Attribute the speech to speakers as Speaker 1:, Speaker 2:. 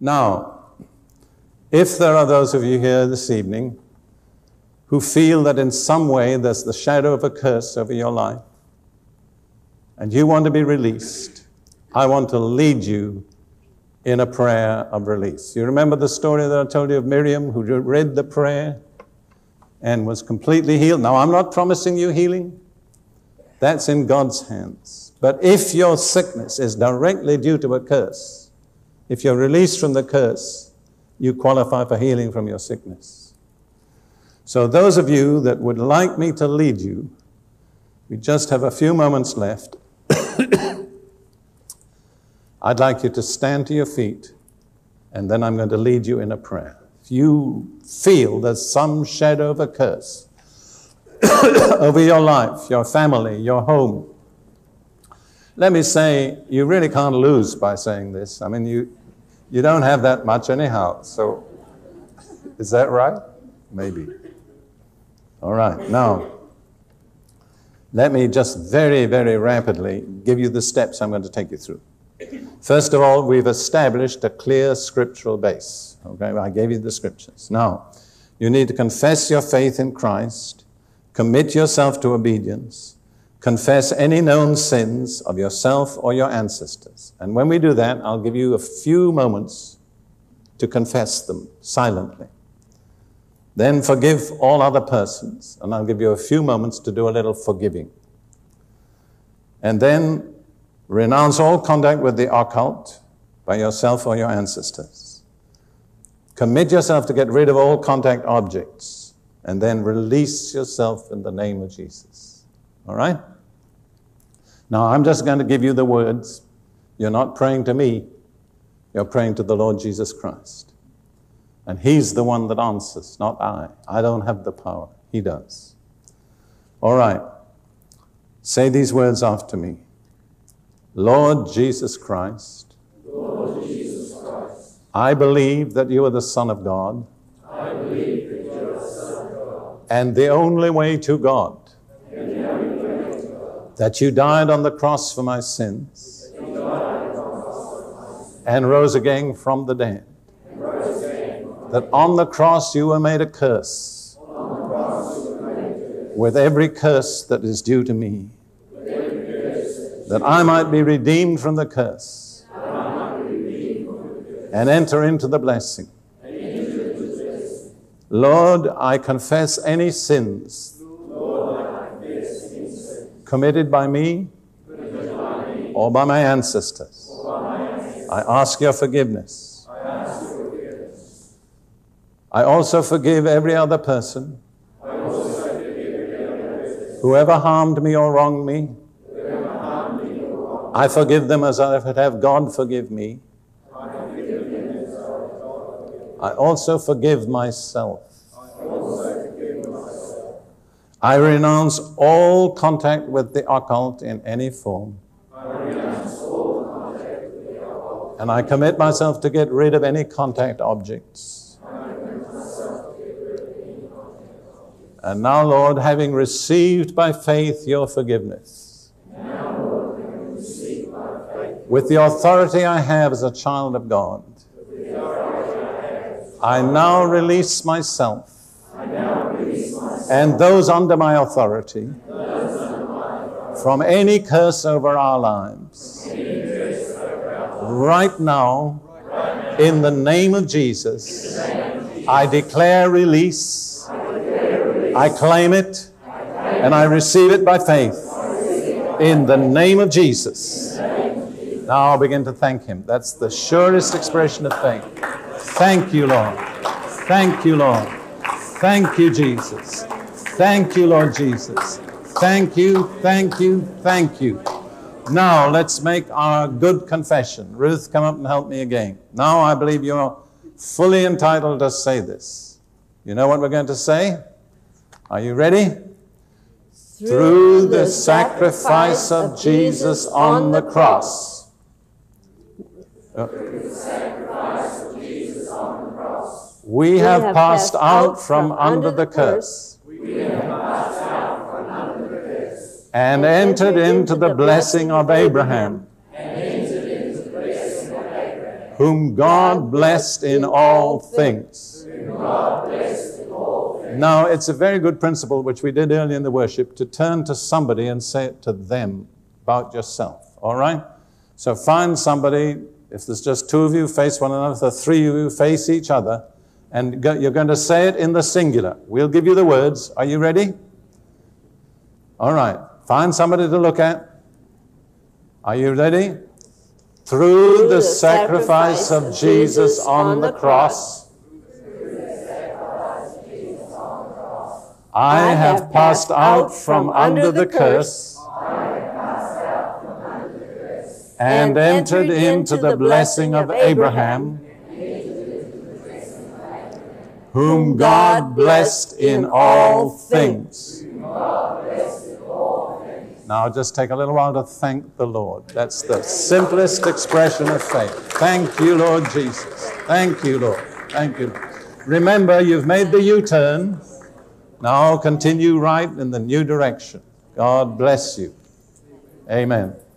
Speaker 1: Now, if there are those of you here this evening who feel that in some way there's the shadow of a curse over your life, and you want to be released, I want to lead you in a prayer of release. You remember the story that I told you of Miriam who read the prayer and was completely healed? Now, I'm not promising you healing, that's in God's hands. But if your sickness is directly due to a curse, if you're released from the curse, you qualify for healing from your sickness. So, those of you that would like me to lead you, we just have a few moments left. I'd like you to stand to your feet, and then I'm going to lead you in a prayer. If you feel there's some shadow of a curse over your life, your family, your home, let me say, you really can't lose by saying this. I mean, you, you don't have that much anyhow. So, is that right? Maybe. All right, now. Let me just very, very rapidly give you the steps I'm going to take you through. First of all, we've established a clear scriptural base. Okay, I gave you the scriptures. Now, you need to confess your faith in Christ, commit yourself to obedience, confess any known sins of yourself or your ancestors. And when we do that, I'll give you a few moments to confess them silently. Then forgive all other persons, and I'll give you a few moments to do a little forgiving. And then renounce all contact with the occult by yourself or your ancestors. Commit yourself to get rid of all contact objects, and then release yourself in the name of Jesus. All right? Now, I'm just going to give you the words. You're not praying to me, you're praying to the Lord Jesus Christ. And He's the one that answers, not I. I don't have the power. He does. All right. Say these words after me Lord Jesus Christ,
Speaker 2: Lord Jesus Christ,
Speaker 1: I believe that you are the Son of God
Speaker 2: I believe that you are the Son of God,
Speaker 1: and the only way to God,
Speaker 2: and the only way to God,
Speaker 1: that you died on the cross for my sins
Speaker 2: that you died on the cross for my sins,
Speaker 1: and rose again from the dead,
Speaker 2: and rose again from
Speaker 1: that on the cross you were made a curse
Speaker 2: the cross you were made good,
Speaker 1: with every curse that is due to me,
Speaker 2: with every curse that
Speaker 1: that I might be redeemed from the curse
Speaker 2: I might be redeemed from the good,
Speaker 1: and enter into the blessing.
Speaker 2: and entered into the blessing.
Speaker 1: Lord, I confess any sins
Speaker 2: Lord, I confess any sin
Speaker 1: committed by me
Speaker 2: committed by me
Speaker 1: or by my ancestors.
Speaker 2: or my ancestors.
Speaker 1: I ask your forgiveness.
Speaker 2: I ask for forgiveness.
Speaker 1: I also forgive every other person,
Speaker 2: I also forgive every other person
Speaker 1: whoever harmed me or wronged me.
Speaker 2: who ever harmed me or wronged
Speaker 1: I forgive them as I would have God forgive me.
Speaker 2: I have forgiven them as I have God forgiven.
Speaker 1: I also forgive myself.
Speaker 2: I also forgive myself.
Speaker 1: I renounce all contact with the occult in any form,
Speaker 2: I renounce all contact with the alcohol.
Speaker 1: and I commit myself to get rid of any contact objects.
Speaker 2: I commit myself to get rid of any contact.
Speaker 1: And now, Lord, having received by faith your forgiveness,
Speaker 2: Now, Lord, having received by faith
Speaker 1: with the authority I have as a child of God,
Speaker 2: the authority I have,
Speaker 1: I now release myself
Speaker 2: I now release myself
Speaker 1: and those under my authority
Speaker 2: those under my authority.
Speaker 1: from any curse over our lives.
Speaker 2: Any curse over our lives.
Speaker 1: Right now,
Speaker 2: Right
Speaker 1: in the name of Jesus, I declare release.
Speaker 2: now, I declare release.
Speaker 1: I claim it and I receive it by faith in the name of Jesus. Now I'll begin to thank Him. That's the surest expression of faith. Thank you, Lord. Thank you, Lord. Thank you, Jesus. Thank you, Lord Jesus. Thank you, thank you, thank you. Now let's make our good confession. Ruth, come up and help me again. Now I believe you're fully entitled to say this. You know what we're going to say? Are you ready? Through the sacrifice of Jesus on the cross. We have passed out from under the curse and entered into the blessing of Abraham. whom God blessed in all things. Now, it's a very good principle which we did earlier in the worship to turn to somebody and say it to them about yourself. All right? So find somebody, if there's just two of you, face one another, if there are three of you, face each other, and go, you're going to say it in the singular. We'll give you the words. Are you ready? All right. Find somebody to look at. Are you ready? Through the sacrifice of Jesus on the cross, I have passed out from under the curse and entered into the blessing of Abraham, whom God blessed in all things. Now, just take a little while to thank the Lord. That's the simplest expression of faith. Thank you, Lord Jesus. Thank you, Lord. Thank you. Remember, you've made the U turn. Now continue right in the new direction. God bless you. Amen.